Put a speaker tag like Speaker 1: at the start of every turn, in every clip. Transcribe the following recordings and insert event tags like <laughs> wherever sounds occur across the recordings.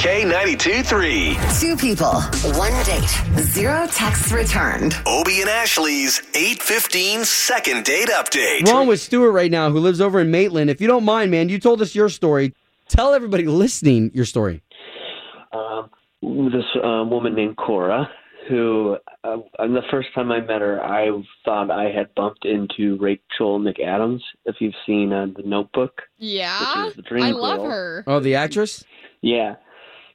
Speaker 1: K92 3.
Speaker 2: Two people, one date, zero texts returned.
Speaker 1: Obie and Ashley's 815 second date update.
Speaker 3: Wrong with Stuart right now, who lives over in Maitland. If you don't mind, man, you told us your story. Tell everybody listening your story.
Speaker 4: um, this uh, woman named Cora, who uh, and the first time I met her, I thought I had bumped into Rachel McAdams. If you've seen uh, The Notebook,
Speaker 5: Yeah.
Speaker 4: Which is the dream
Speaker 5: I love
Speaker 4: girl.
Speaker 5: her.
Speaker 3: Oh, the actress?
Speaker 4: yeah.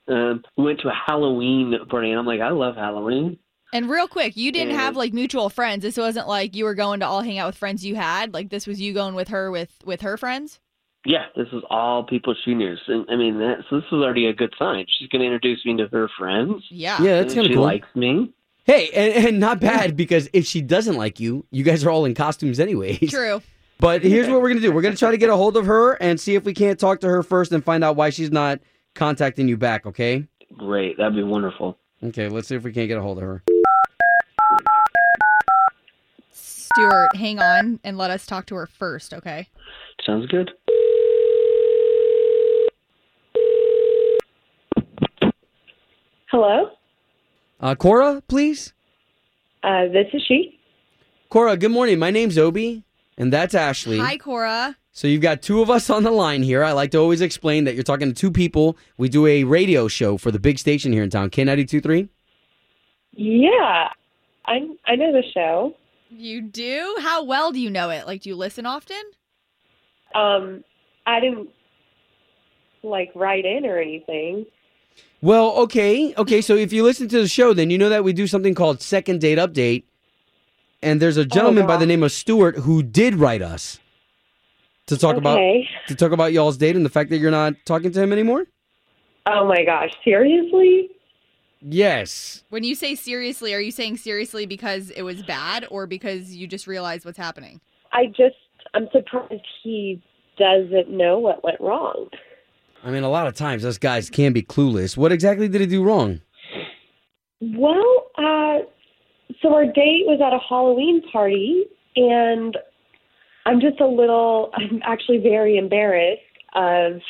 Speaker 4: Um, we went to a Halloween party, and I'm like, I love Halloween.
Speaker 5: And real quick, you didn't have
Speaker 4: And-
Speaker 5: like mutual friends. This wasn't like you were going to all hang out with friends you had. Like this was you going with her with with her friends.
Speaker 4: Yeah, this is all people she knew. And I mean, that, so this is already a good sign. She's going to introduce me to her friends.
Speaker 5: Yeah.
Speaker 3: Yeah, that's
Speaker 4: and
Speaker 3: kind of
Speaker 4: she
Speaker 3: cool.
Speaker 4: likes me.
Speaker 3: hey, and, and not bad because if she doesn't like you, you guys are all in costumes anyways.
Speaker 5: True.
Speaker 3: But here's what we're going to do we're going to try to get a hold of her and see if we can't talk to her first and find out why she's not contacting you back, okay?
Speaker 4: Great, that'd be wonderful.
Speaker 3: Okay, let's see if we can't get a hold of her.
Speaker 5: Stuart, hang on and let us talk to her first, okay?
Speaker 4: Sounds good.
Speaker 6: Hello,
Speaker 3: Uh, Cora, please.
Speaker 6: uh, this is she.
Speaker 3: Cora, good morning. My name's Obi, and that's Ashley.
Speaker 5: Hi, Cora.
Speaker 3: So you've got two of us on the line here. I like to always explain that you're talking to two people. We do a radio show for the big station here in town, K92.3.
Speaker 6: Yeah, I I know the show.
Speaker 5: You do? How well do you know it? Like, do you listen often?
Speaker 6: Um, I didn't like write in or anything.
Speaker 3: Well, okay. Okay, so if you listen to the show, then you know that we do something called Second Date Update. And there's a gentleman by
Speaker 6: Oh, wow.
Speaker 3: the name of Stuart who did write us to talk about
Speaker 6: okay.
Speaker 3: to talk about y'all's date and the fact that you're not talking to him anymore?
Speaker 6: Oh my gosh, seriously?
Speaker 3: Yes.
Speaker 5: When you say seriously, are you saying seriously because it was bad or because you just realized what's happening?
Speaker 6: I just I'm surprised he doesn't know what went wrong.
Speaker 3: I mean, a lot of times us guys can be clueless. What exactly did he do wrong?
Speaker 6: Well, uh, so our date was at a Halloween party, and I'm just a little, <laughs> I'm actually very embarrassed of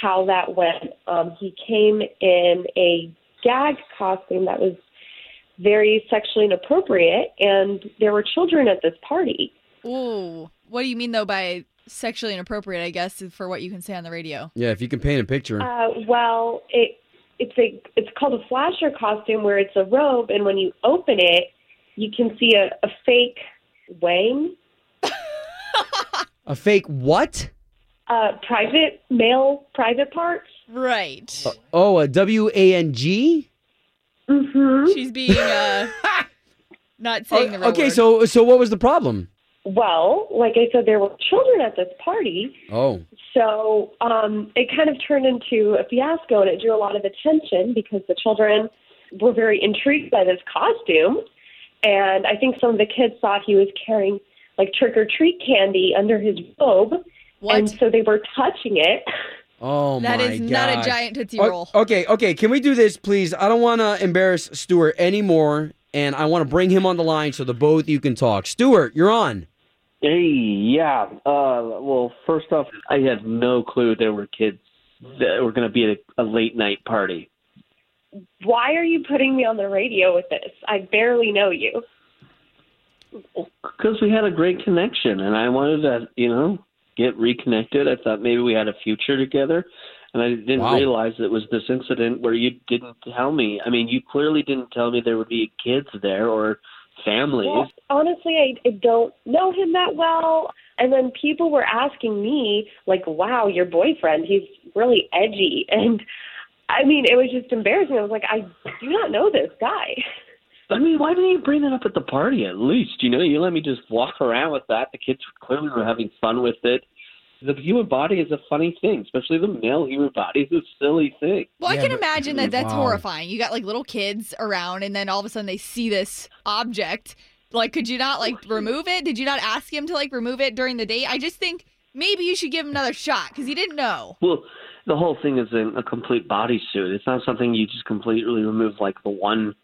Speaker 6: how that went. Um, he came in a gag costume that was very sexually inappropriate, and there were children at this party.
Speaker 5: Ooh. What do you mean, though, by sexually inappropriate, I guess, for what you can say on the radio?
Speaker 3: Yeah, if you can paint a picture.
Speaker 6: Uh, well, it it's a it's called a flasher costume where it's a robe, and when you open it, you can see a, a fake wang.
Speaker 3: a fake what?
Speaker 6: uh, private male private parts.
Speaker 5: Right.
Speaker 4: Uh,
Speaker 3: Oh, a W A N G.
Speaker 6: Mm-hmm.
Speaker 5: She's
Speaker 3: <laughs>
Speaker 5: being, uh, not saying the real
Speaker 3: Okay,
Speaker 5: word.
Speaker 3: so so what was the problem?
Speaker 6: Well, like I said, there were children at this party,
Speaker 3: Oh,
Speaker 6: so um, it kind of turned into a fiasco, and it drew a lot of attention because the children were very intrigued by this costume, and I think some of the kids thought he was carrying like trick or treat candy under his robe,
Speaker 5: What?
Speaker 6: and so they were touching it. <laughs>
Speaker 3: oh
Speaker 5: that
Speaker 3: my
Speaker 5: is not a
Speaker 3: God.
Speaker 5: giant Tootsie
Speaker 3: O-
Speaker 5: Roll.
Speaker 3: okay, okay. Can we do this, please? I don't want to embarrass Stuart anymore, and I want to bring him on the line so the both you can talk. Stuart, you're on.
Speaker 4: Hey, yeah. Uh, well, first off, I had no clue there were kids that were going to be at a, a late night party.
Speaker 6: Why are you putting me on the radio with this? I barely know you.
Speaker 4: Because we had a great connection, and I wanted to, you know, get reconnected. I thought maybe we had a future together, and I didn't
Speaker 3: Wow.
Speaker 4: realize it was this incident where you didn't tell me. I mean, you clearly didn't tell me there would be kids there or families.
Speaker 6: Well, honestly, I, I don't know him that well. And then people were asking me, like, wow, your boyfriend, he's really edgy. <laughs> And I mean, it was just embarrassing. I was like, I do not know this guy. <laughs>
Speaker 4: I mean, why didn't you bring that up at the <laughs> party? At least, you know, you let me just walk around with that. The kids clearly were having fun with it. The human body is a funny thing, especially the male human body is a silly thing.
Speaker 5: Well,
Speaker 7: Yeah,
Speaker 5: I can
Speaker 7: but-
Speaker 5: imagine that that's
Speaker 7: Wow.
Speaker 5: horrifying. You got like little kids around, and then all of a sudden they see this object. Like, could you not like remove it? Did you not ask him to like remove it during the date? I just think maybe you should give him another shot because he didn't know.
Speaker 4: Well, the whole thing is in a complete bodysuit. It's not something you just completely remove like the one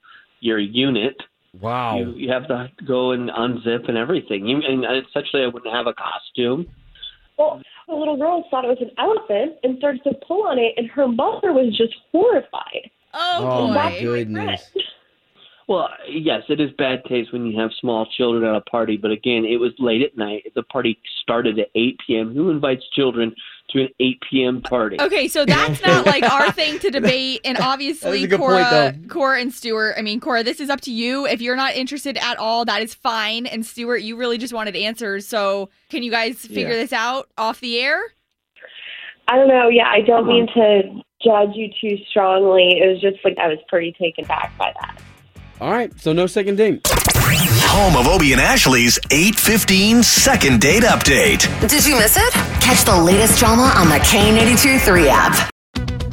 Speaker 4: your unit.
Speaker 8: Oh.
Speaker 7: Wow.
Speaker 4: You, you have to go and unzip and everything. You, and essentially, I wouldn't have a costume.
Speaker 6: Well, the little girl thought it was an elephant and started to pull on it, and her mother was just horrified.
Speaker 5: Oh,
Speaker 3: Oh
Speaker 5: boy.
Speaker 3: my goodness.
Speaker 4: Well, yes, it is bad taste when you have small children at a party, but again, it was late at night. The party started at 8 p.m. Who invites children to an 8 p.m. party?
Speaker 5: Okay, so that's not
Speaker 3: <laughs>
Speaker 5: like our thing to debate, and
Speaker 3: That's
Speaker 5: obviously
Speaker 3: a good
Speaker 5: Cora,
Speaker 3: point,
Speaker 5: Cora and Stuart. I mean, Cora, this is up to you. If you're not interested at all, that is fine. And Stuart, you really just wanted answers, so can you guys figure this out off the air?
Speaker 6: I don't know. Yeah, I don't mean to judge you too strongly. It was just like I was pretty taken back by that.
Speaker 3: All right, so no second date.
Speaker 1: Home of Obie and Ashley's 815 second date update.
Speaker 2: Did you miss it? Catch the latest drama on the K82 3 app.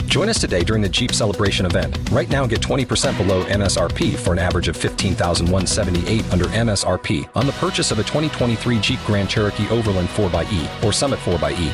Speaker 8: Join us today during the Jeep Celebration event. Right now, get 20% below MSRP for an average of 15178 under MSRP on the purchase of a 2023 Jeep Grand Cherokee Overland 4xE or Summit 4xE.